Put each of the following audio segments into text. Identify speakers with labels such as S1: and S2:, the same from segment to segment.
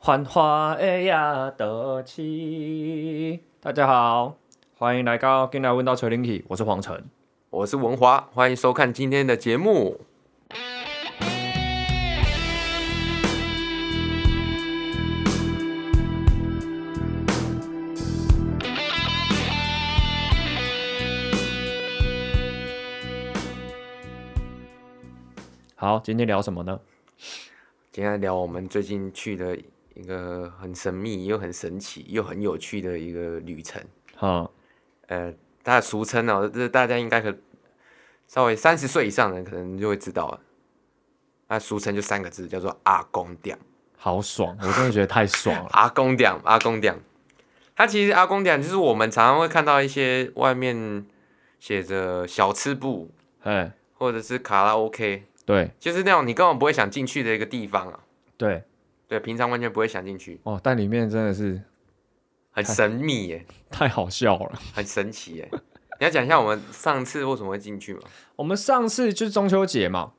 S1: 繁华的夜都市。大家好，欢迎来到《进来问到锤灵体》，我是黄晨。
S2: 我是文华，欢迎收看今天的节目。
S1: 好，今天聊什么呢？
S2: 今天来聊我们最近去的一个很神秘又很神奇又很有趣的一个旅程。
S1: 哈、
S2: 呃，它的俗称哦，这大家应该可稍微三十岁以上的人可能就会知道了。它俗称就三个字，叫做阿公店。
S1: 好爽，我真的觉得太爽了。
S2: 阿公店，阿公店，它其实阿公店就是我们常常会看到一些外面写着小吃部
S1: 哎，
S2: 或者是卡拉 OK，
S1: 对
S2: 就是那种你根本不会想进去的一个地方啊。
S1: 对
S2: 对，平常完全不会想进去，
S1: 哦，但里面真的是
S2: 很神秘耶，
S1: 太好笑了。
S2: 很神奇耶。你要讲一下我们上次为什么会进去吗？
S1: 我们上次就是中秋节嘛，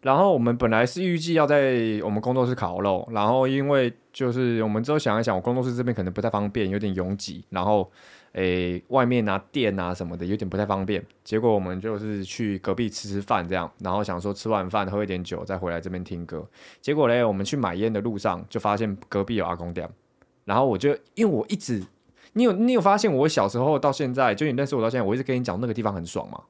S1: 然后我们本来是预计要在我们工作室烤肉，然后因为就是我们之后想一想，我工作室这边可能不太方便，有点拥挤，然后诶外面啊店啊什么的有点不太方便，结果我们就是去隔壁吃吃饭这样，然后想说吃完饭喝一点酒再回来这边听歌，结果嘞我们去买烟的路上就发现隔壁有阿公店，然后我就因为我一直。你有你有发现我小时候到现在，就你认识我到现在，我一直跟你讲那个地方很爽吗？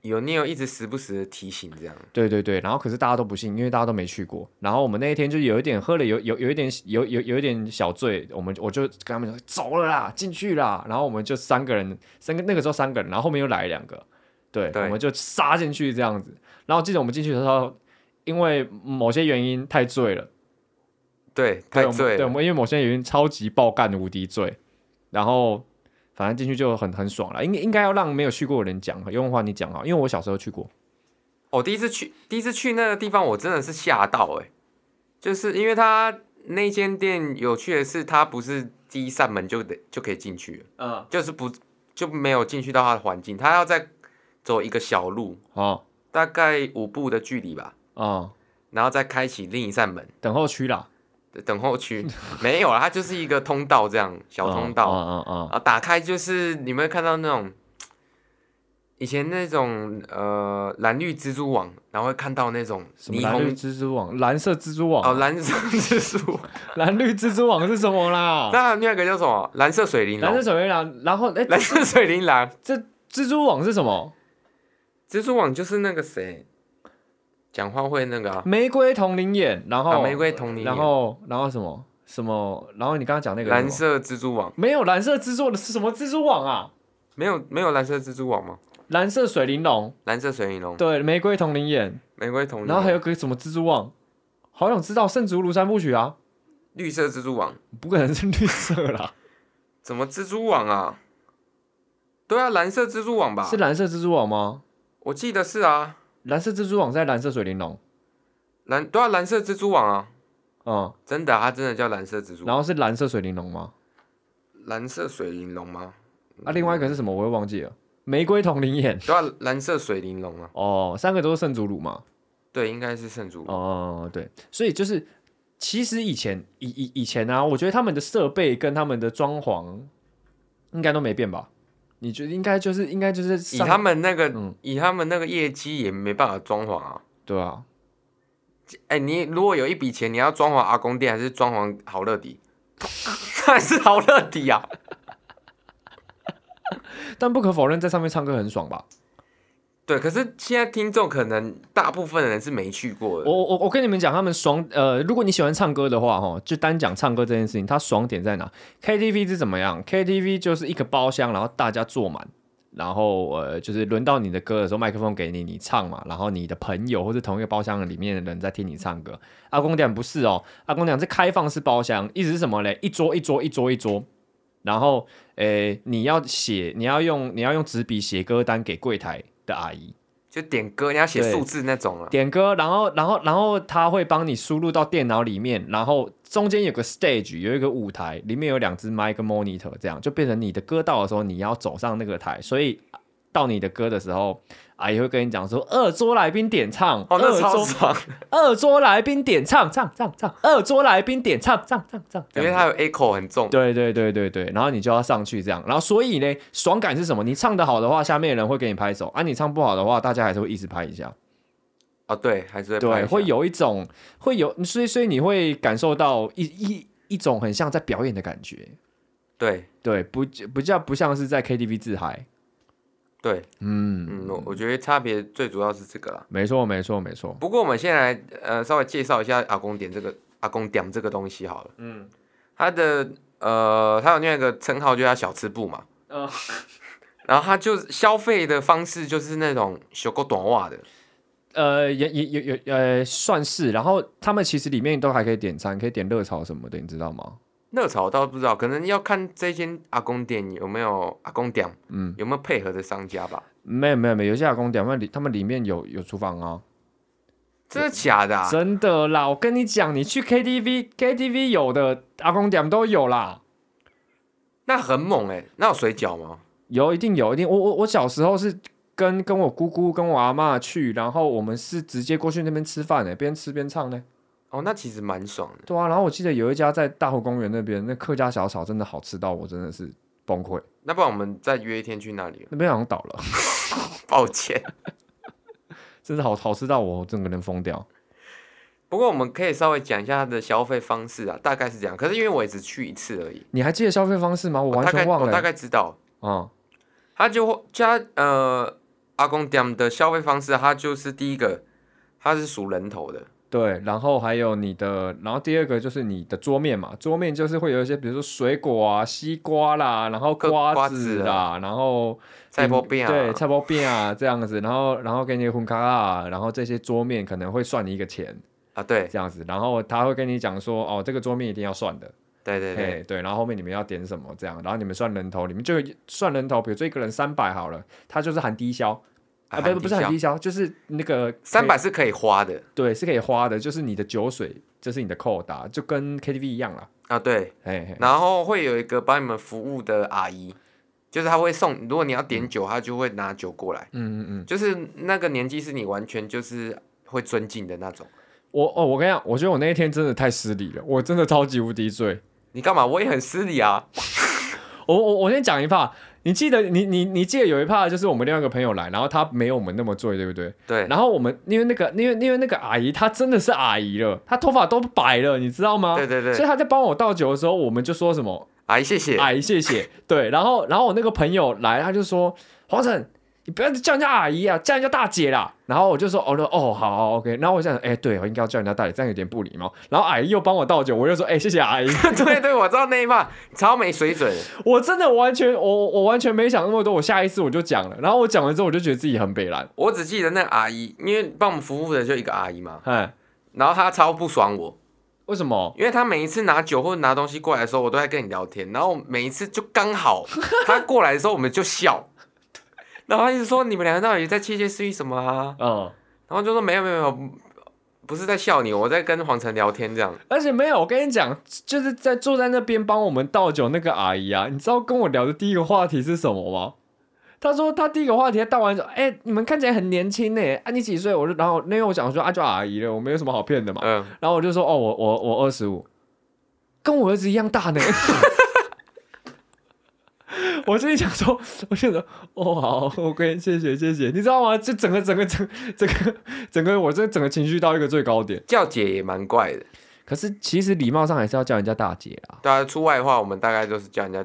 S2: 有你有一直时不时的提醒这样，
S1: 对对对，然后可是大家都不信，因为大家都没去过。然后我们那一天就有一点喝了有有有一点有有有一点小醉，我们我就跟他们讲走了啦，进去啦。然后我们就三个人，三个那个时候三个人，然后后面又来两个，对，
S2: 对
S1: 我们就杀进去这样子。然后记得我们进去的时候，因为某些原因太醉了，
S2: 对，
S1: 对
S2: 太
S1: 我们
S2: 醉
S1: 对我
S2: 了，
S1: 们因为某些原因超级爆干无敌醉，然后反正进去就很很爽了。应该应该要让没有去过的人讲，用话你讲哈，因为我小时候去过。
S2: 我、哦第一次去，第一次去那个地方，我真的是吓到哎，就是因为它那间店有趣的是，它不是第一扇门就得就可以进去了，
S1: 嗯，
S2: 就是不就没有进去到它的环境，它要再走一个小路，
S1: 好
S2: 大概五步的距离吧，
S1: 啊、
S2: 然后再开启另一扇门。
S1: 等候区啦。
S2: 等候区 没有啦，它就是一个通道这样，小通道啊，
S1: 嗯嗯嗯，
S2: 然后打开就是你们会看到那种以前那种呃蓝绿蜘蛛网，然后会看到那种
S1: 什么
S2: 霓
S1: 蓝绿
S2: 虹
S1: 蜘蛛网？蓝色蜘蛛网？啊哦
S2: 哦蓝色蜘 蛛网，
S1: 蓝绿蜘蛛网是什么 啦？
S2: 那另外一个叫什么蓝色水灵
S1: 蓝色
S2: 狼，
S1: 水面狼，然后哎，
S2: 蓝色水灵狼，
S1: 这蜘蛛网是什么？
S2: 蜘蛛网就是那个谁讲话会那个啊，
S1: 玫瑰同林眼，然后
S2: 啊玫瑰同林眼
S1: 然后然后什么什么？然后你刚刚讲那个
S2: 蓝
S1: 什么
S2: 色蜘蛛网
S1: 没有蓝色蜘蛛的是什么蜘蛛网啊？
S2: 没有没有蓝色蜘蛛网吗？
S1: 蓝色水玲珑，
S2: 蓝色水灵龙，
S1: 对，玫瑰同林眼，
S2: 玫瑰同，
S1: 然后还有个什么蜘蛛网？好想知道圣竹庐三部曲啊！
S2: 绿色蜘蛛网。
S1: 不可能是绿色啦，
S2: 怎么蜘蛛网啊？对 啊，蓝色蜘蛛网吧？
S1: 是蓝色蜘蛛网吗？
S2: 我记得是啊，
S1: 蓝色蜘蛛网在蓝色水玲珑，
S2: 蓝对啊，蓝色蜘蛛网啊，
S1: 嗯，
S2: 真的、啊，它真的叫蓝色蜘
S1: 然
S2: 蛛网。
S1: 后是蓝色水玲珑吗？
S2: 蓝色水玲珑吗？
S1: 啊，另外一个是什么？我又忘记了。玫瑰同林眼。
S2: 对啊，蓝色水玲珑啊，
S1: 哦，三个都是圣祖鲁嘛。
S2: 对，应该是圣主。
S1: 哦，对，所以就是其实以前以以以前啊，我觉得他们的设备跟他们的装潢应该都没变吧？你觉得应该就是应该就是
S2: 以
S1: 上
S2: 他们那个、
S1: 嗯
S2: 以他们那个业绩也没办法装潢啊。
S1: 对 啊，
S2: 哎、你如果有一笔钱，你要装潢阿公店还是装潢好乐迪？还是好乐迪啊？
S1: 但不可否认，在上面唱歌很爽吧？
S2: 对，可是现在听众可能大部分人是没去过的
S1: 我。我我跟你们讲，他们爽呃，如果你喜欢唱歌的话，哈，就单讲唱歌这件事情，它爽点在哪？KTV 是怎么样？KTV 就是一个包厢，然后大家坐满，然后呃，就是轮到你的歌的时候，麦克风给你，你唱嘛，然后你的朋友或者同一个包厢里面的人在听你唱歌。阿公讲不是哦，阿公讲是开放式包厢，意思是什么嘞？一桌一桌一桌一桌，然后诶，你要写，你要用你要用纸笔写歌单给柜台的阿姨。
S2: 就点歌，你要写
S1: 对
S2: 数字那种啊。
S1: 点歌，然后然后然后他会帮你输入到电脑里面，然后中间有个 stage，有一个舞台，里面有两只麦跟 monitor，这样就变成你的歌到的时候，你要走上那个台，所以。到你的歌的时候，阿姨会跟你讲说，二桌来宾点唱，
S2: 哦，那
S1: 二
S2: 超
S1: 桌
S2: 爽，
S1: 二桌来宾点唱，唱唱唱，二桌来宾点唱，唱唱唱，这
S2: 因
S1: 样子
S2: 为它有 echo 很重。
S1: 对对对对对，然后你就要上去这样，然后所以呢，爽感是什么？你唱的好的话，下面的人会给你拍手；啊，你唱不好的话，大家还是会一直拍一下。
S2: 哦，对，还是会拍
S1: 对，
S2: 一
S1: 会
S2: 下
S1: 有一种会有，所以所以你会感受到一一一种很像在表演的感觉。
S2: 对
S1: 对，不不叫不像是在 KTV 自嗨。
S2: 对，
S1: 嗯，
S2: 嗯，我我觉得差别最主要是这个啦。
S1: 没错没错没错。
S2: 不过我们先来呃稍微介绍一下阿公点这个阿公点这个东西好了。嗯，他的呃他有另外一个称号就叫小吃部嘛。
S1: 嗯
S2: 然后他就是消费的方式就是那种小狗短袜的，
S1: 呃，也也也也呃，算是。然后他们其实里面都还可以点餐，可以点热炒什么的，你知道吗？
S2: 热炒倒不知道，可能要看这间阿公店有没有阿公店，
S1: 嗯，
S2: 有没有配合的商家吧。
S1: 没有没有没有，有些打工点，他们里他们里面有有厨房啊。
S2: 真的假的、啊？
S1: 真的啦，我跟你讲，你去 KTV，KTV 有的阿公点都有啦，
S2: 那很猛哎、那有水饺吗？
S1: 有一定有一定。我我我小时候是跟跟我姑姑跟我阿妈去，然后我们是直接过去那边吃饭呢、边吃边唱呢、
S2: 哦，那其实蛮爽的。
S1: 对啊，然后我记得有一家在大湖公园那边，那客家小炒真的好吃到我真的是崩溃，
S2: 那不然我们再约一天去那里了。
S1: 那边好像倒了，
S2: 抱歉，
S1: 真是好好吃到我整个人疯掉。
S2: 不过我们可以稍微讲一下它的消费方式啊，大概是这样。可是因为我也只去一次而已，
S1: 你还记得消费方式吗？我完
S2: 大概
S1: 全忘
S2: 我
S1: 了、欸
S2: 大概知道，
S1: 嗯，
S2: 他就会加呃阿公店的消费方式，它就是第一个，它是数人头的，
S1: 对，然后还有你的，然后第二个就是你的桌面嘛，桌面就是会有一些，比如说水果啊、西瓜啦，然后
S2: 各瓜
S1: 瓜
S2: 子啊
S1: 子啦，然后
S2: 菜包
S1: 饼
S2: 饼啊，
S1: 嗯对，菜包饼啊这样子，然后然后给你混咖啊，然后这些桌面可能会算你一个钱
S2: 啊，对
S1: 这样子，然后他会跟你讲说，哦，这个桌面一定要算的，
S2: 对对对，
S1: 哎对，然后后面你们要点什么这样，然后你们算人头，你们就算人头，比如说一个人三百好了，他就是含低消啊，不不是含低消，就是那个
S2: 三百是可以花的
S1: 对，是可以花的，就是你的酒水，这是你的扣打，就跟 KTV 一样啦。
S2: 啊，对，
S1: 嘿嘿，
S2: 然后会有一个帮你们服务的阿姨，就是她会送，如果你要点酒，她就会拿酒过来，
S1: 嗯嗯嗯，
S2: 就是那个年纪是你完全就是会尊敬的那种。
S1: 我哦，我跟你讲，我觉得我那一天真的太失礼了，我真的超级无敌醉。
S2: 你干嘛？我也很失礼啊！
S1: 我我我先讲一趴，你记得你你你记得有一趴就是我们另外一个朋友来，然后他没有我们那么醉，对不对？
S2: 对，
S1: 然后我们因为那个因为因为那个阿姨她真的是阿姨了，她头发都白了，你知道吗？
S2: 对对对
S1: 所以她在帮我倒酒的时候，我们就说什么
S2: 阿姨谢谢。
S1: 阿姨，谢谢。对，然后然后我那个朋友来，他就说黄晨，你不要叫人家阿姨啊，叫人家大姐啦。然后我就说哦那哦，好好 OK。然后我想，哎、对，我应该要叫人家大姐，这样有点不礼貌。然后阿姨又帮我倒酒，我又说，哎、谢谢阿姨。
S2: 对对，我知道那一把超没水准。
S1: 我真的完全，我我完全没想那么多，我下一次我就讲了。然后我讲完之后，我就觉得自己很北蓝，
S2: 我只记得那个阿姨，因为帮我们服务的就一个阿姨嘛，
S1: 哎，
S2: 然后她超不爽我，
S1: 为什么？
S2: 因为她每一次拿酒或者拿东西过来的时候，我都在跟你聊天，然后每一次就 刚好她过来的时候，我们就笑，然后她一直说你们两个到底在窃窃私语什么啊？
S1: 嗯，
S2: 然后就说没有没有没有，不是在笑你，我在跟黄晨聊天这样。
S1: 而且没有，我跟你讲，就是在坐在那边帮我们倒酒那个阿姨啊，你知道跟我聊的第一个话题是什么吗？她说她第一个话题她倒完酒，哎、你们看起来很年轻呢、啊，你几岁？我就然后那天我想说啊，就阿姨了，我没有什么好骗的嘛。
S2: 嗯，
S1: 然后我就说哦，我我我二十五，跟我儿子一样大呢。 我心里想说，我想说，哦好，OK，谢谢谢谢，你知道吗？就整个整个整整个整个我这整个情绪到一个最高点。
S2: 叫姐也蛮怪的，
S1: 可是其实礼貌上还是要叫人家大姐啦，
S2: 大家出外的话，我们大概就是叫人家，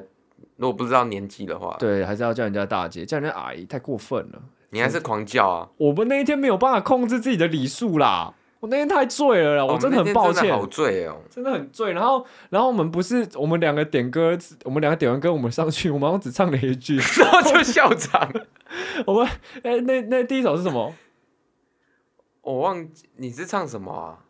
S2: 如果不知道年纪的话，
S1: 对，还是要叫人家大姐，叫人家阿姨太过分了。
S2: 你还是狂叫啊。
S1: 我们那一天没有办法控制自己的礼数啦，我那天太醉了啦，
S2: 哦
S1: 我真的
S2: 那
S1: 很
S2: 天
S1: 抱歉，
S2: 真的好醉哦。
S1: 真的很醉。然后，然后我们不是我们两个点歌，我们两个点完歌，我们上去，我们好像只唱了一句，
S2: 然后就校长，
S1: 我们哎、那那第一首是什么？
S2: 我忘记你是唱什么啊？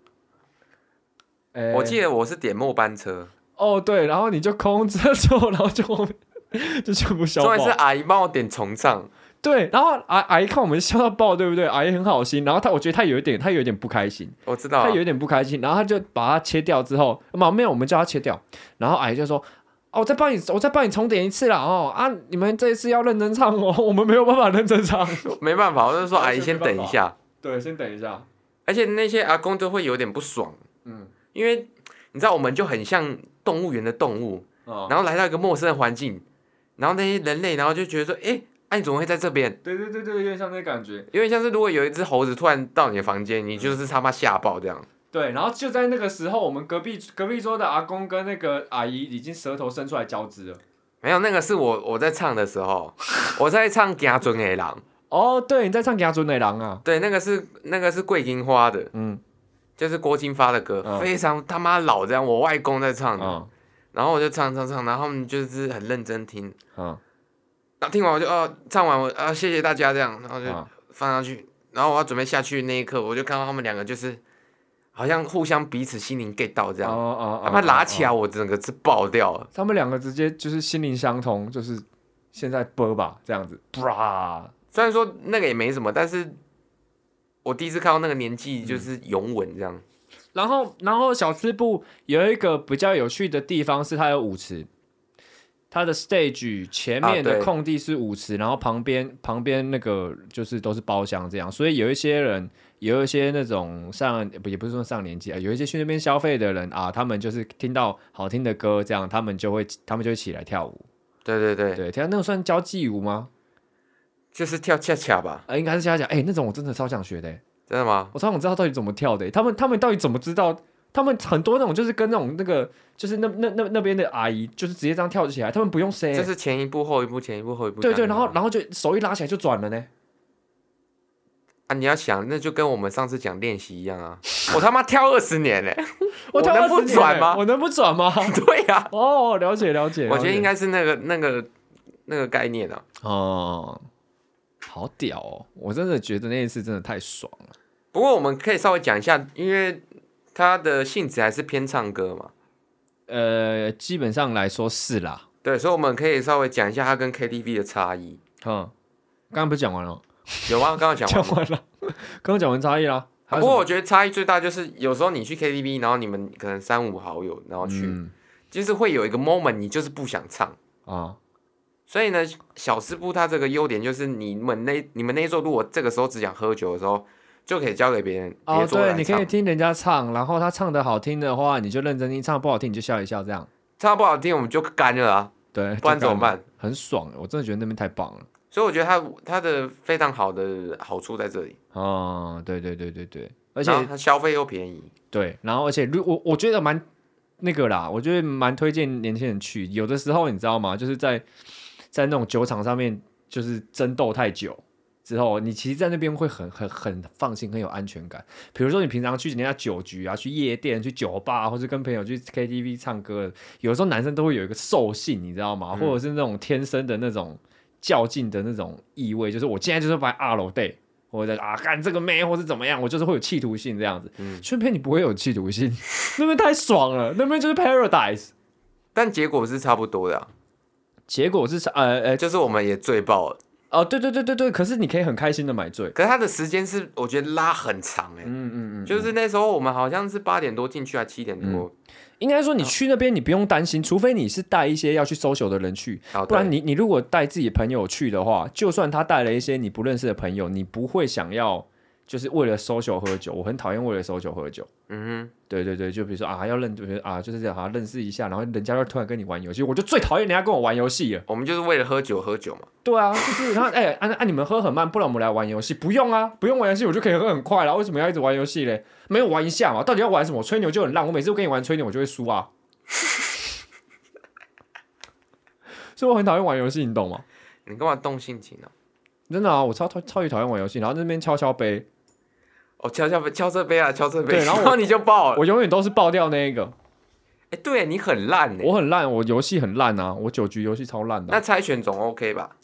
S1: 哎
S2: 我记得我是点末班车，
S1: 哦对，然后你就空着之后，然后就后面 就全部消
S2: 重
S1: 爆
S2: 点。是阿姨帮我点重唱，
S1: 对，然后阿阿姨看我们笑到爆，对不对？阿姨很好心，然后她我觉得她有一点她有一点不开心。
S2: 我知道啊
S1: 他有一点不开心，然后他就把它切掉之后，没有没有，我们叫他切掉，然后阿姨就说：“哦，我再帮你，我再帮你重点一次啦哦啊！你们这一次要认真唱哦， 我们没有办法认真唱。
S2: 没办法，我就说
S1: 完
S2: 阿姨
S1: 全
S2: 先
S1: 没办
S2: 等一
S1: 法
S2: 下。
S1: 对，先等一下。
S2: 而且那些阿公就会有点不爽，
S1: 嗯，
S2: 因为你知道我们就很像动物园的动物，
S1: 哦，
S2: 然后来到一个陌生的环境，然后那些人类，然后就觉得说，哎、啊你怎么会在这边？
S1: 对对对对，有点像那感觉。
S2: 因为像是如果有一只猴子突然到你的房间，你就是他妈吓爆这样。
S1: 对，然后就在那个时候，我们隔壁隔壁桌的阿公跟那个阿姨已经舌头伸出来交织了。
S2: 没有，那个是我我在唱的时候，我在唱《家尊黑狼》，
S1: 哦，对，你在唱《家尊的狼》啊？
S2: 对，那个是那个是桂金花的，
S1: 嗯
S2: 就是郭金发的歌，
S1: 嗯
S2: 非常他妈老这样，我外公在唱的，
S1: 嗯
S2: 然后我就唱唱唱，然后他们就是很认真听，
S1: 嗯
S2: 那听完我就哦，唱完我啊，谢谢大家这样，然后就
S1: 嗯
S2: 放上去，然后我要准备下去那一刻，我就看到他们两个就是好像互相彼此心灵 get 到这
S1: 哦
S2: 样，
S1: 哦，
S2: 他们拉起来，
S1: 哦，
S2: 我整个是爆掉了
S1: 哦。他们两个直接就是心灵相通，就是现在播吧这样子，啪，
S2: 虽然说那个也没什么，但是我第一次看到那个年纪
S1: 嗯
S2: 就是拥吻这样，
S1: 然后，然后小吃部有一个比较有趣的地方是它有舞池，它的 stage 前面
S2: 啊
S1: 的
S2: 对
S1: 空地是舞池，然后旁边旁边那个就是都是包厢这样，所以有一些人，有一些那种上不也不是说上年纪啊，有一些去那边消费的人啊，他们就是听到好听的歌这样，他们就会他们就会起来跳舞，
S2: 对对对，
S1: 对，跳那种算交际舞吗？
S2: 就是跳恰恰吧，
S1: 啊，应该是这样讲，哎，那种我真的超想学的、
S2: 真的吗？
S1: 我超想知道到底怎么跳的欸、他们他们到底怎么知道？他们很多那种就是跟那种那个就是那那那那边的阿姨就是直接这样跳起来，他们不用 say，欸、
S2: 就是前一步后一步，前一步后一步这
S1: 对
S2: 样子。
S1: 对，然后然后就手一拉起来就转了呢。
S2: 啊，你要想，那就跟我们上次讲练习一样啊，我他妈跳二 十年嘞、我
S1: 跳
S2: 能不
S1: 20年欸
S2: 转吗
S1: 我能不转吗？
S2: 对呀、
S1: 哦，了解了解，
S2: 我觉得应
S1: 该
S2: 该是那个那个那个概念啊。
S1: 哦，好屌哦！我真的觉得那一次真的太爽了。
S2: 不过我们可以稍微讲一下，因为它的性质还是偏唱歌嘛，
S1: 呃，基本上来说是啦，
S2: 对，所以我们可以稍微讲一下它跟 KTV 的差异。
S1: 嗯，刚刚不是讲完了，
S2: 有吗？刚刚讲
S1: 讲
S2: 完吗。
S1: 完了，刚刚讲完差异啦。还有
S2: 啊不过
S1: 什
S2: 我觉得差异最大就是，有时候你去 KTV，然后你们可能三五好友，然后
S1: 么
S2: 去，
S1: 嗯
S2: 就是会有一个 moment，你就是不想唱。
S1: 啊，
S2: 所以呢，小吃部它这个优点就是，你们那你们那一桌如果这个时候只想喝酒的时候，就可以交给别人
S1: 哦
S2: 别，桌
S1: 对，
S2: 来
S1: 你
S2: 唱。
S1: 可以听人家唱，然后他唱的好听的话，你就认真听；唱得不好听，你就笑一笑，这样。
S2: 唱不好听我们就干了啊，
S1: 对，
S2: 不 然
S1: 就
S2: 怎么
S1: 干了？
S2: 办？
S1: 很爽，我真的觉得那边太棒了。
S2: 所以我觉得它它的非常好的好处在这里，
S1: 哦，对对对对对，而
S2: 而
S1: 且
S2: 它消费又便宜。
S1: 对，然后而且如我我觉得蛮那个啦，我觉得蛮推荐年轻人去。有的时候你知道吗？就是在在那种酒场上面，就是争斗太久之后，你其实，在那边会很很很放心，很有安全感。比如说你平常去人家酒局啊，去夜店、去酒吧啊，或者跟朋友去 KTV 唱歌，有时候男生都会有一个兽性，你知道吗？
S2: 嗯
S1: 或者是那种天生的那种较劲的那种意味，就是我今天就是把二楼 day。或者啊干这个妹，或是怎么样，我就是会有企图性这样子。
S2: 嗯
S1: 顺便你不会有企图心，那边太爽了，那边就是 paradise。
S2: 但结果是差不多的啊、
S1: 结果是呃呃
S2: 就是我们也醉爆了。
S1: 哦，对对对对对，可是你可以很开心的买醉。
S2: 可是它的时间是我觉得拉很长哎、
S1: 嗯嗯嗯，
S2: 就是那时候我们好像是八点多进去啊，七点多，
S1: 应该说你去那边你不用担心，除非你是带一些要去 social 的人去，
S2: 好、
S1: 不然你
S2: 对
S1: 你如果带自己朋友去的话，就算他带了一些你不认识的朋友，你不会想要就是为了 social 喝酒。我很讨厌为了 social 喝酒。
S2: 嗯
S1: 对对对，就比如说啊，要认，就是啊，就是这样啊，认识一下，然后人家就突然跟你玩游戏，我就最讨厌人家跟我玩游戏了。
S2: 哼，我们就是为了喝酒喝酒嘛。
S1: 对啊，就是他哎，按、按、你们喝很慢，不然我们来玩游戏。不用啊，不用玩游戏，我就可以喝很快了。为什么要一直玩游戏嘞？没有玩一下嘛？到底要玩什么？吹牛就很烂，我每次都跟你玩吹牛，我就会输啊。 所以我很讨厌玩游戏，你懂吗？
S2: 你干嘛动性情呢、
S1: 真的啊，我超超超级讨厌玩游戏，然后在那边敲敲杯，
S2: 哦，敲敲敲这杯啊，敲这杯，
S1: 对然后我
S2: 你就爆了。
S1: 我永远都是爆掉那一个。
S2: 哎、对你很烂哎、
S1: 我很烂，我游戏很烂啊，我九局游戏超烂的啊、
S2: 那猜拳总 OK 吧？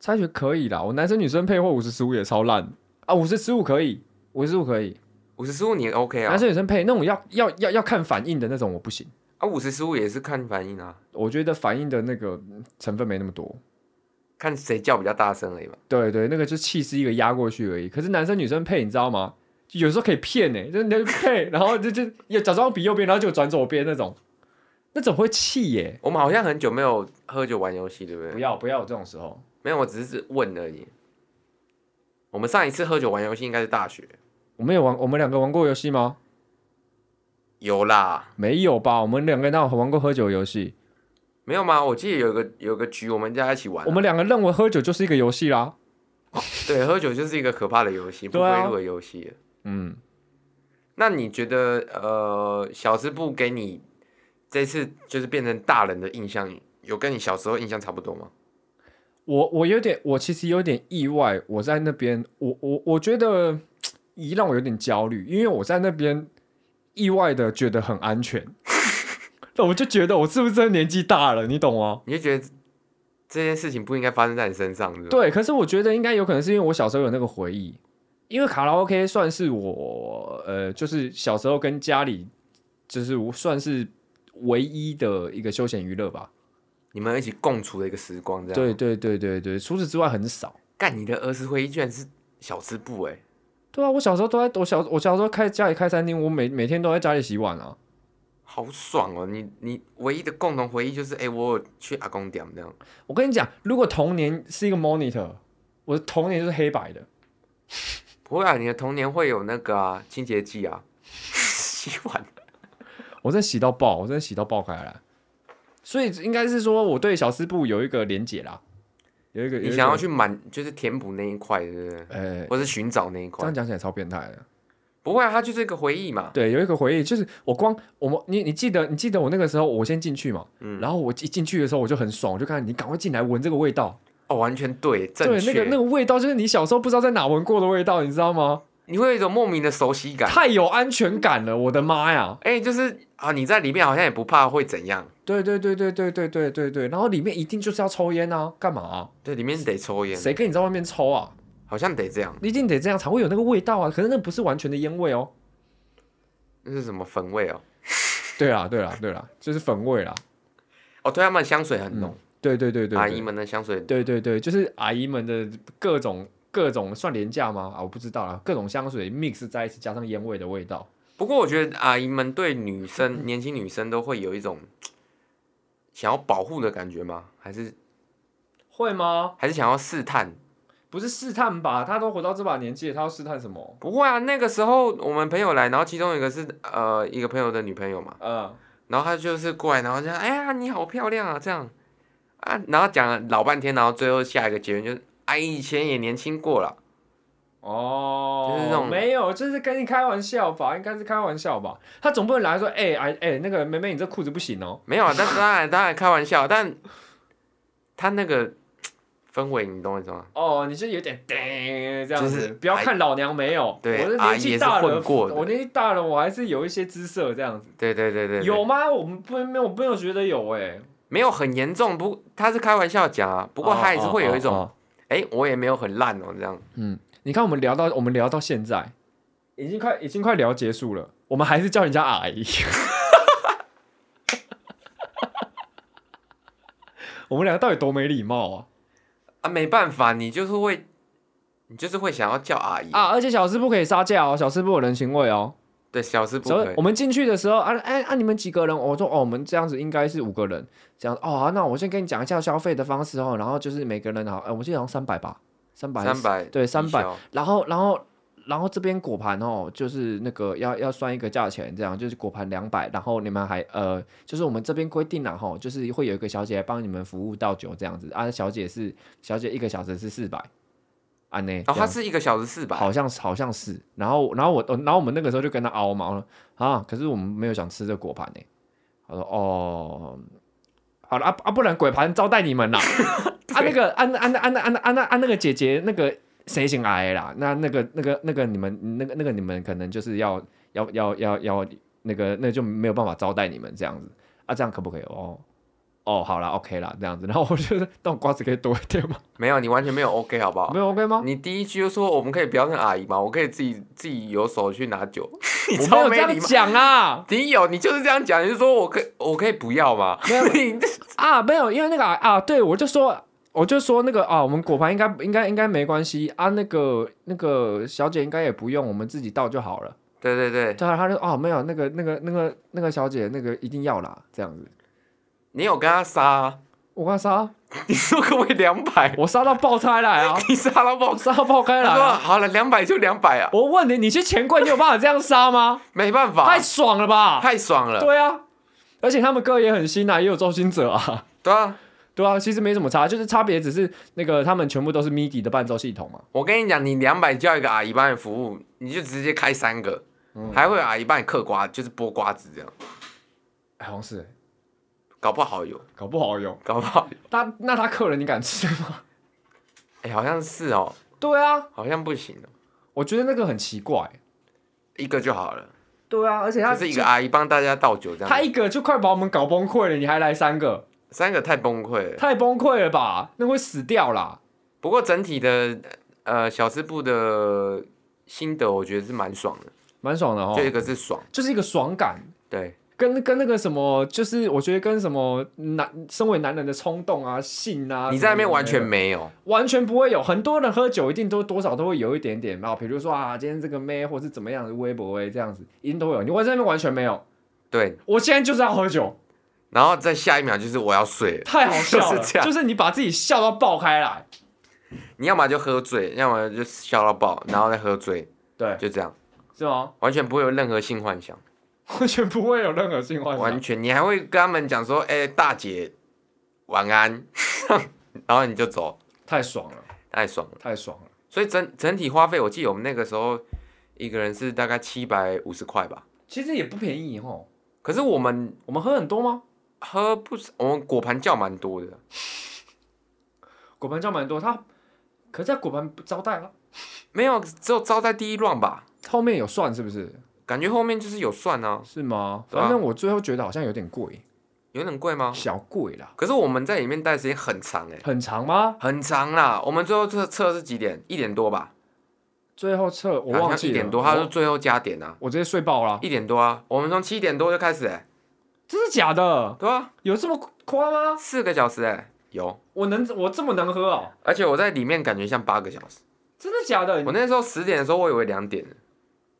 S1: 猜拳可以啦，我男生女生配货五十十五也超烂啊，五十十五可以，五十十五可以，
S2: 五十十五你 OK 啊
S1: 男？生女生配那种要要要要看反应的那种我不行。
S2: 啊，五十十五也是看反应啊，
S1: 我觉得反应的那个嗯成分没那么多。
S2: 看谁叫比较大声而已嘛。
S1: 对对，那个就气势一个压过去而已。可是男生女生配，你知道吗？欸就有时候可以骗呢、就是你就配，然后就就也假装比右边，然后就转左边那种，那怎么会气耶？
S2: 我们好像很久没有喝酒玩游戏，对不对？
S1: 不要不要有这种时候，
S2: 没有，我只是问而已。我们上一次喝酒玩游戏应该是大学，
S1: 我们有玩，我们两个玩过游戏吗？
S2: 有啦，
S1: 没有吧？我们两个那玩过喝酒游戏，
S2: 没有吗？我记得有个有个局，我们大家一起玩啊、
S1: 我们两个认为喝酒就是一个游戏啦。
S2: 对喝酒就是一个可怕的游戏，不
S1: 对啊
S2: 归路的游戏。
S1: 嗯，
S2: 那你觉得呃，小吃部给你这次就是变成大人的印象，有跟你小时候印象差不多吗？
S1: 我我有点，我其实有点意外，我在那边，我我我觉得一让我有点焦虑，因为我在那边意外的觉得很安全， 那我就觉得我是不是真的年纪大了，你懂吗？
S2: 你就觉得这件事情不应该发生在你身上，是吧？
S1: 对，可是我觉得应该有可能是因为我小时候有那个回忆，因为卡拉 OK 算是我呃，就是小时候跟家里就是我算是唯一的一个休闲娱乐吧。
S2: 你们一起共处的一个时光，这样。
S1: 对，对对对对，除此之外很少。
S2: 干你的儿时回忆居然是小吃部哎、
S1: 对啊，我小时候都在，我小我小时候开家里开餐厅，我每每天都在家里洗碗啊。
S2: 好爽哦！你你唯一的共同回忆就是哎、我有去阿公店这样。
S1: 我跟你讲，如果童年是一个 monitor，我的童年就是黑白的。
S2: 不会啊，你的童年会有那个啊清洁剂啊， 洗碗。
S1: 我真的洗到爆，我真的洗到爆开来。所以应该是说我对小吃部有一个连结啦，有一个
S2: 你想要
S1: 去
S2: 去满就是填补那一块，对不对？
S1: 呃，
S2: 或是寻找那一
S1: 这
S2: 块
S1: 样？讲起来超变态的。
S2: 不会啊，它就是一个回忆嘛。
S1: 对，有一个回忆就是我光我们你你记得你记得我那个时候我先进去嘛，
S2: 嗯
S1: 然后我一进去的时候我就很爽，我就看你赶快进来闻这个味道，
S2: 哦，完全对，正
S1: 对，
S2: 确。
S1: 那个那个味道就是你小时候不知道在哪闻过的味道，你知道吗？
S2: 你会有一种莫名的熟悉感。
S1: 太有安全感了，我的妈呀！
S2: 哎、就是啊，你在里面好像也不怕会怎样。
S1: 对对对对对对对对对，然后里面一定就是要抽烟啊，干嘛啊？
S2: 对，里面得抽烟，
S1: 谁跟你在外面抽啊？
S2: 好像得这样。
S1: 一定得这样才会有那个味道啊，可是那不是完全的烟味哦。
S2: 那是什么粉味哦？
S1: 对啦对啦对啦，就是粉味啦。
S2: 哦，对，他们的香水很浓，
S1: 对对嗯对对对，
S2: 阿姨们的香水。
S1: 对对对，就是阿姨们的各种各种算廉价吗？啊，我不知道啦，各种香水 mix 在一起，加上烟味的味道。
S2: 不过我觉得阿姨们对女
S1: 嗯
S2: 生、年轻女生都会有一种嘖想要保护的感觉吗？还是
S1: 会吗？
S2: 还是想要试探？
S1: 不是试探吧？他都活到这把年纪了，他要试探什么？
S2: 不会啊，那个时候我们朋友来，然后其中一个是呃一个朋友的女朋友嘛，
S1: 嗯，
S2: 然后他就是过来，然后这样，哎呀你好漂亮啊这样啊，然后讲了老半天，然后最后下一个结论就是，哎以前也年轻过了，
S1: 哦，
S2: 就是那种
S1: 没有，就是跟你开玩笑吧，应该是开玩笑吧。他总不能来说，哎、哎哎、那个妹妹，你这裤子不行哦。
S2: 没有 啊，但当然当然开玩笑，但他那个嘖氛围你懂我意思吗？
S1: 哦，你就有点叮这样子，
S2: 就是
S1: 不要看老娘没有，
S2: 对
S1: 我这
S2: 阿
S1: 年
S2: 姨
S1: 纪
S2: 也是
S1: 大了
S2: 混过，的
S1: 我年纪大了，我还是有一些姿色这样子。
S2: 对对对对对
S1: 有吗？我们不没有没有觉得有哎、
S2: 没有很严重，不，他是开玩笑讲啊，不过他也是会有一
S1: 哦
S2: 种
S1: 哦，
S2: 哎、我也没有很烂哦，这样
S1: 嗯，你看我们聊到我们聊到现在，已经快已经快聊结束了，我们还是叫人家阿姨。 我们两个到底多没礼貌啊！
S2: 啊，没办法，你就是会，你就是会想要叫阿姨
S1: 啊，，而且小吃部可以杀价哦，小吃部有人情味哦。
S2: 对，小事不
S1: 所以
S2: 可以
S1: 我，们进去的时候，啊，哎啊，你们几个人？我说哦，我们这样子应该是五个人，这样哦、好那我先跟你讲一下消费的方式哦，然后就是每个人好，哎、我记得好像三百吧，三百
S2: 三百
S1: 对三百
S2: 抵消，
S1: 然后，然后，然后这边果盘哦，就是那个要要算一个价钱，这样就是果盘两百，然后你们还呃，就是我们这边规定了哈，就是会有一个小姐来帮你们服务倒酒这样子啊，小姐是小姐一个小时是四百，啊呢，
S2: 然
S1: 这
S2: 后他
S1: 样
S2: 是一个小时四百，
S1: 好像是好像是，然后然后我哦然后我们那个时候就跟他熬嘛，我说啊，可是我们没有想吃这果盘呢、他说哦，好了啊啊，不然鬼盘招待你 们啦，啊那个安安安安安安那个姐姐那个谁先来啦？那那个那个那个你们那个那个你们可能就是要要要要要那个那就没有办法招待你们这样子啊，这样可不可以？哦哦，好啦 o、k 啦，这样子，然后我觉得那种瓜子可以多一点吗？
S2: 没有，你完全没有 OK 好不好？
S1: 没有 OK 吗？
S2: 你第一句就说我们可以不要那个阿姨嘛，我可以自己自己有手去 拿酒，你
S1: 我没
S2: 超
S1: 有这
S2: 没
S1: 样
S2: 礼貌。
S1: 讲啊。
S2: 你有，你就是这样讲，你就说我可以我可以不要嘛？
S1: 没有
S2: 你
S1: 啊，没有，因为那个啊啊，对我就说，我就说那个啊，我们果盘应该应该应该没关系啊，那个那个小姐应该也不用，我们自己倒就好了。
S2: 对对对，
S1: 对啊，他就哦没有，那个那个那个那个小姐那个一定要啦，这样子。
S2: 你有跟他杀、啊？
S1: 我跟他杀，
S2: 你说可不可以两百？
S1: 我杀到爆开来 啊！
S2: 你杀到爆
S1: 我，杀到爆开来
S2: 他说
S1: 啊！
S2: 好了，两百就两百啊，
S1: 我问你，你去钱柜，你有办法这样杀 吗？
S2: 没办法，啊
S1: 太爽了吧！
S2: 太爽了，
S1: 对啊，而且他们歌也很新啊，也有周兴哲啊，
S2: 对啊。
S1: 对啊，其实没什么差，就是差别只是那个他们全部都是 MIDI 的伴奏系统嘛。
S2: 我跟你讲，你两百叫一个阿姨帮你服务，你就直接开三个，
S1: 嗯
S2: 还会有阿姨帮你嗑瓜，就是剥瓜子这样，
S1: 哎，好像是、欸，
S2: 搞不好有，
S1: 搞不好有。
S2: 搞不好有，
S1: 那那他客人你敢吃吗？
S2: 哎、好像是哦，
S1: 对啊，
S2: 好像不行哦，
S1: 我觉得那个很奇怪、
S2: 一个就好了，
S1: 对啊，而且他
S2: 就是一个啊阿姨帮大家倒酒这
S1: 他
S2: 样，
S1: 一个就快把我们搞崩溃了，你还来三个，
S2: 三个太崩溃了。
S1: 太崩溃了吧？那会死掉啦。
S2: 不过整体的呃小吃部的心得，我觉得是蛮爽的，
S1: 蛮爽的哦
S2: 就，一个是爽，
S1: 就是一个爽感，
S2: 对，
S1: 跟跟那个什么，就是我觉得跟什么男身为男人的冲动啊、性啊，
S2: 你在那边完全
S1: 什么
S2: 没有，
S1: 的完全不会有。很多人喝酒一定都多少都会有一点点嘛，比如说啊，今天这个妹或是怎么样的微博微这样子，一定都会有。你我在那边完全没有，
S2: 对，
S1: 我现在就是要喝酒，
S2: 然后在下一秒就是我要睡了，
S1: 太好笑了，
S2: 就是这 样
S1: 就是你把自己笑到爆开来，
S2: 你要么就喝醉，要么就笑到爆，然后再喝醉，
S1: 对，
S2: 就这样，
S1: 是吗？
S2: 完全不会有任何性幻想，
S1: 完全不会有任何性幻想
S2: 完。全，你还会跟他们讲说，哎、大姐，晚安， 然后你就走，
S1: 太爽了，
S2: 太爽了。
S1: 太爽了！
S2: 所以整整体花费，我记得我们那个时候一个人是大概七百五十块吧，
S1: 其实也不便宜哦。
S2: 可是我们
S1: 我们喝很多吗？
S2: 喝不少，我们果盘叫蛮多的，
S1: 果盘叫蛮多，他可是在果盘不招待了，
S2: 没有，只有招待第一 round 吧，
S1: 后面有算是不是？
S2: 感觉后面就是有算啊，
S1: 是吗？
S2: 对啊
S1: 反正我最后觉得好像有点贵，
S2: 有点贵吗？
S1: 小贵啦。
S2: 可是我们在里面待的时间很长哎、
S1: 很长吗？
S2: 很长啦。我们最后测测是几点？一点多吧，
S1: 最后测我
S2: 好
S1: 忘
S2: 像
S1: 记
S2: 一
S1: 了
S2: 点多，他说
S1: 我
S2: 最后加点啊，
S1: 我直接睡爆了，
S2: 一点多啊。我们从七点多就开始哎、
S1: 真是假的？
S2: 对啊，
S1: 有这么夸吗？
S2: 四个小时哎、有，
S1: 我能我这么能喝哦？
S2: 而且我在里面感觉像八个小时。
S1: 真的假的
S2: 我？那时候十点的时候，我以为两点了。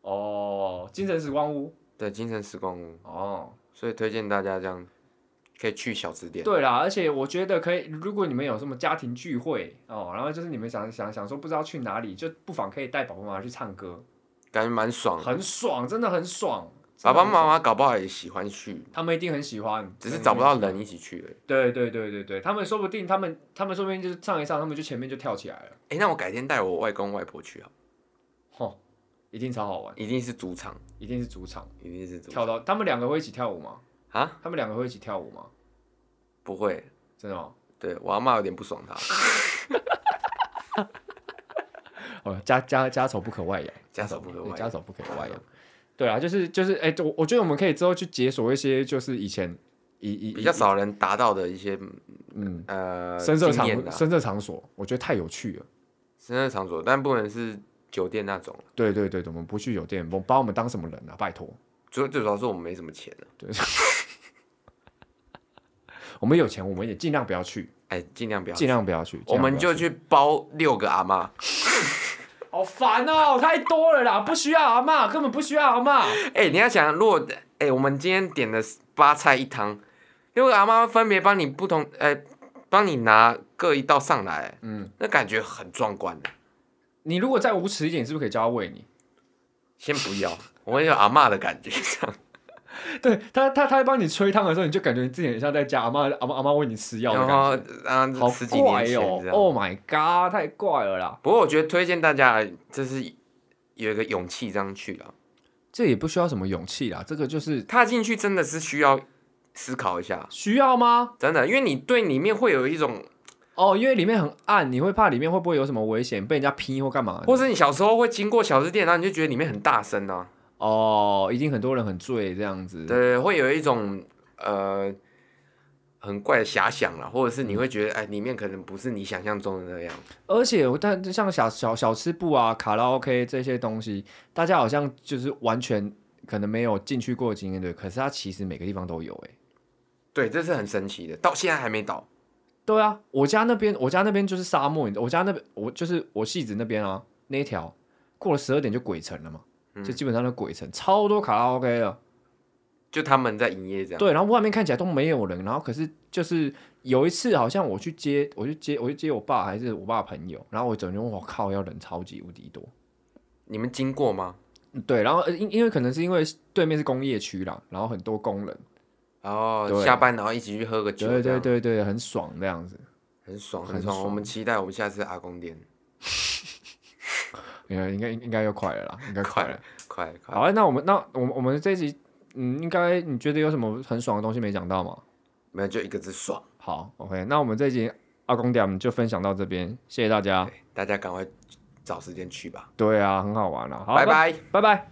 S1: 哦，精神时光屋
S2: 对，精神时光屋，
S1: 哦。
S2: 所以推荐大家这样可以去小吃店。
S1: 对啦，而且我觉得可以，如果你们有什么家庭聚会哦，然后就是你们想想想说不知道去哪里，就不妨可以带爸爸妈妈去唱歌，
S2: 感觉蛮爽的。
S1: 很爽，真的很爽。
S2: 爸爸妈
S1: 妈
S2: 妈搞不好也喜欢去，
S1: 他们一定很喜欢，
S2: 只是找不到人一起去而已。
S1: 对对对对对，他们说不定他们他们说不定就是唱一唱，他们就前面就跳起来了，
S2: 哎、那我改天带我外公外婆去啊，
S1: 吼，一定超好玩，
S2: 一定是主场，
S1: 一定是主场
S2: 一定是主场
S1: 跳到，他们两个会一起跳舞吗？
S2: 啊？
S1: 他们两个会一起跳舞吗？
S2: 不会，
S1: 真的吗？
S2: 对我阿妈有点不 爽他，
S1: 哦，家家家丑不可外扬，
S2: 家丑不可
S1: 对
S2: 外
S1: 家
S2: 扬。
S1: 丑不可 外扬。对啊，就是就是，哎、我我觉得我们可以之后去解锁一些，就是以前以以
S2: 比较，
S1: 以
S2: 少人达到的一些
S1: 嗯，
S2: 呃
S1: 深色
S2: 经
S1: 场
S2: 验啦，
S1: 深色场所，我觉得太有趣了。
S2: 深色场所，但不能是酒店那种，
S1: 对对对，我们不去酒店，我把我们当什么人啊？拜托，
S2: 主最主要是我们没什么钱了、啊
S1: 我们有钱，我们也尽量不要去，
S2: 哎，尽量不要去，
S1: 尽量不要去。
S2: 我们就去包六个阿妈，
S1: 好烦哦，太多了啦，不需要阿妈，根本不需要阿妈。
S2: 哎，你要想，如果哎我们今天点的八菜一汤，六个阿妈分别帮你不同哎，帮你拿各一道上来，
S1: 嗯，
S2: 那感觉很壮观的。
S1: 你如果再无耻一点，是不是可以叫他喂你？
S2: 先不要，我有阿妈的感觉，这样
S1: 对他，他他在帮你吹汤的时候，你就感觉你自己很像在家阿妈阿妈阿妈喂你吃药的
S2: 然
S1: 感觉
S2: 后，
S1: 好
S2: 啊十几
S1: 怪
S2: 年前
S1: 哦
S2: 这样。
S1: ！Oh my god，太怪了啦！
S2: 不过我觉得推荐大家，就是有一个勇气这样去啊，
S1: 这也不需要什么勇气啦，这个就是
S2: 踏进去真的是需要思考一下，
S1: 需要吗？
S2: 真的，因为你对里面会有一种，
S1: 哦，因为里面很暗，你会怕里面会不会有什么危险，被人家劈或干嘛的？
S2: 或是你小时候会经过小吃店，然后你就觉得里面很大声啊，
S1: 哦，一定很多人很醉这样子。
S2: 对，会有一种呃很怪的遐想啦，或者是你会觉得，哎，里面可能不是你想象中的那样，
S1: 而且我但像小小小吃部啊、卡拉 OK 这些东西，大家好像就是完全可能没有进去过的经验，对。可是它其实每个地方都有、欸，哎。
S2: 对，这是很神奇的，到现在还没倒，
S1: 对啊，我家那边，我家那边就是沙漠，你知我家那边我就是我戏子那边啊，那一条过了十二点就鬼城了嘛，
S2: 嗯
S1: 就基本上就鬼城，超多卡拉 OK 了。
S2: 就他们在营业这样。
S1: 对，然后外面看起来都没有人，然后可是就是有一次，好像我去接，我去接，我去接我爸还是我爸朋友，然后我整天我靠，要人超级无敌多。
S2: 你们经过吗？
S1: 对，然后呃因因为可能是因为对面是工业区啦，然后很多工人，
S2: 然后
S1: 对
S2: 下班然后一起去喝个酒，
S1: 对
S2: 这
S1: 对
S2: 样
S1: 对对，很爽这样子。
S2: 很爽
S1: 很
S2: 很爽。
S1: 爽
S2: 我们期待我们下次阿公店，
S1: 呃，应该应该要快了啦，应该快
S2: 快
S1: 了
S2: 了。快了快
S1: 好，
S2: 了
S1: 啊那我们那我们我们这一集，嗯，应该你觉得有什么很爽的东西没讲到吗？
S2: 没有就一个字爽。
S1: 好，OK，那我们这一集阿公点我们就分享到这边，谢谢大家。
S2: 大家赶快找时间去吧，
S1: 对啊，很好玩啊，好，
S2: 拜拜。
S1: 拜拜。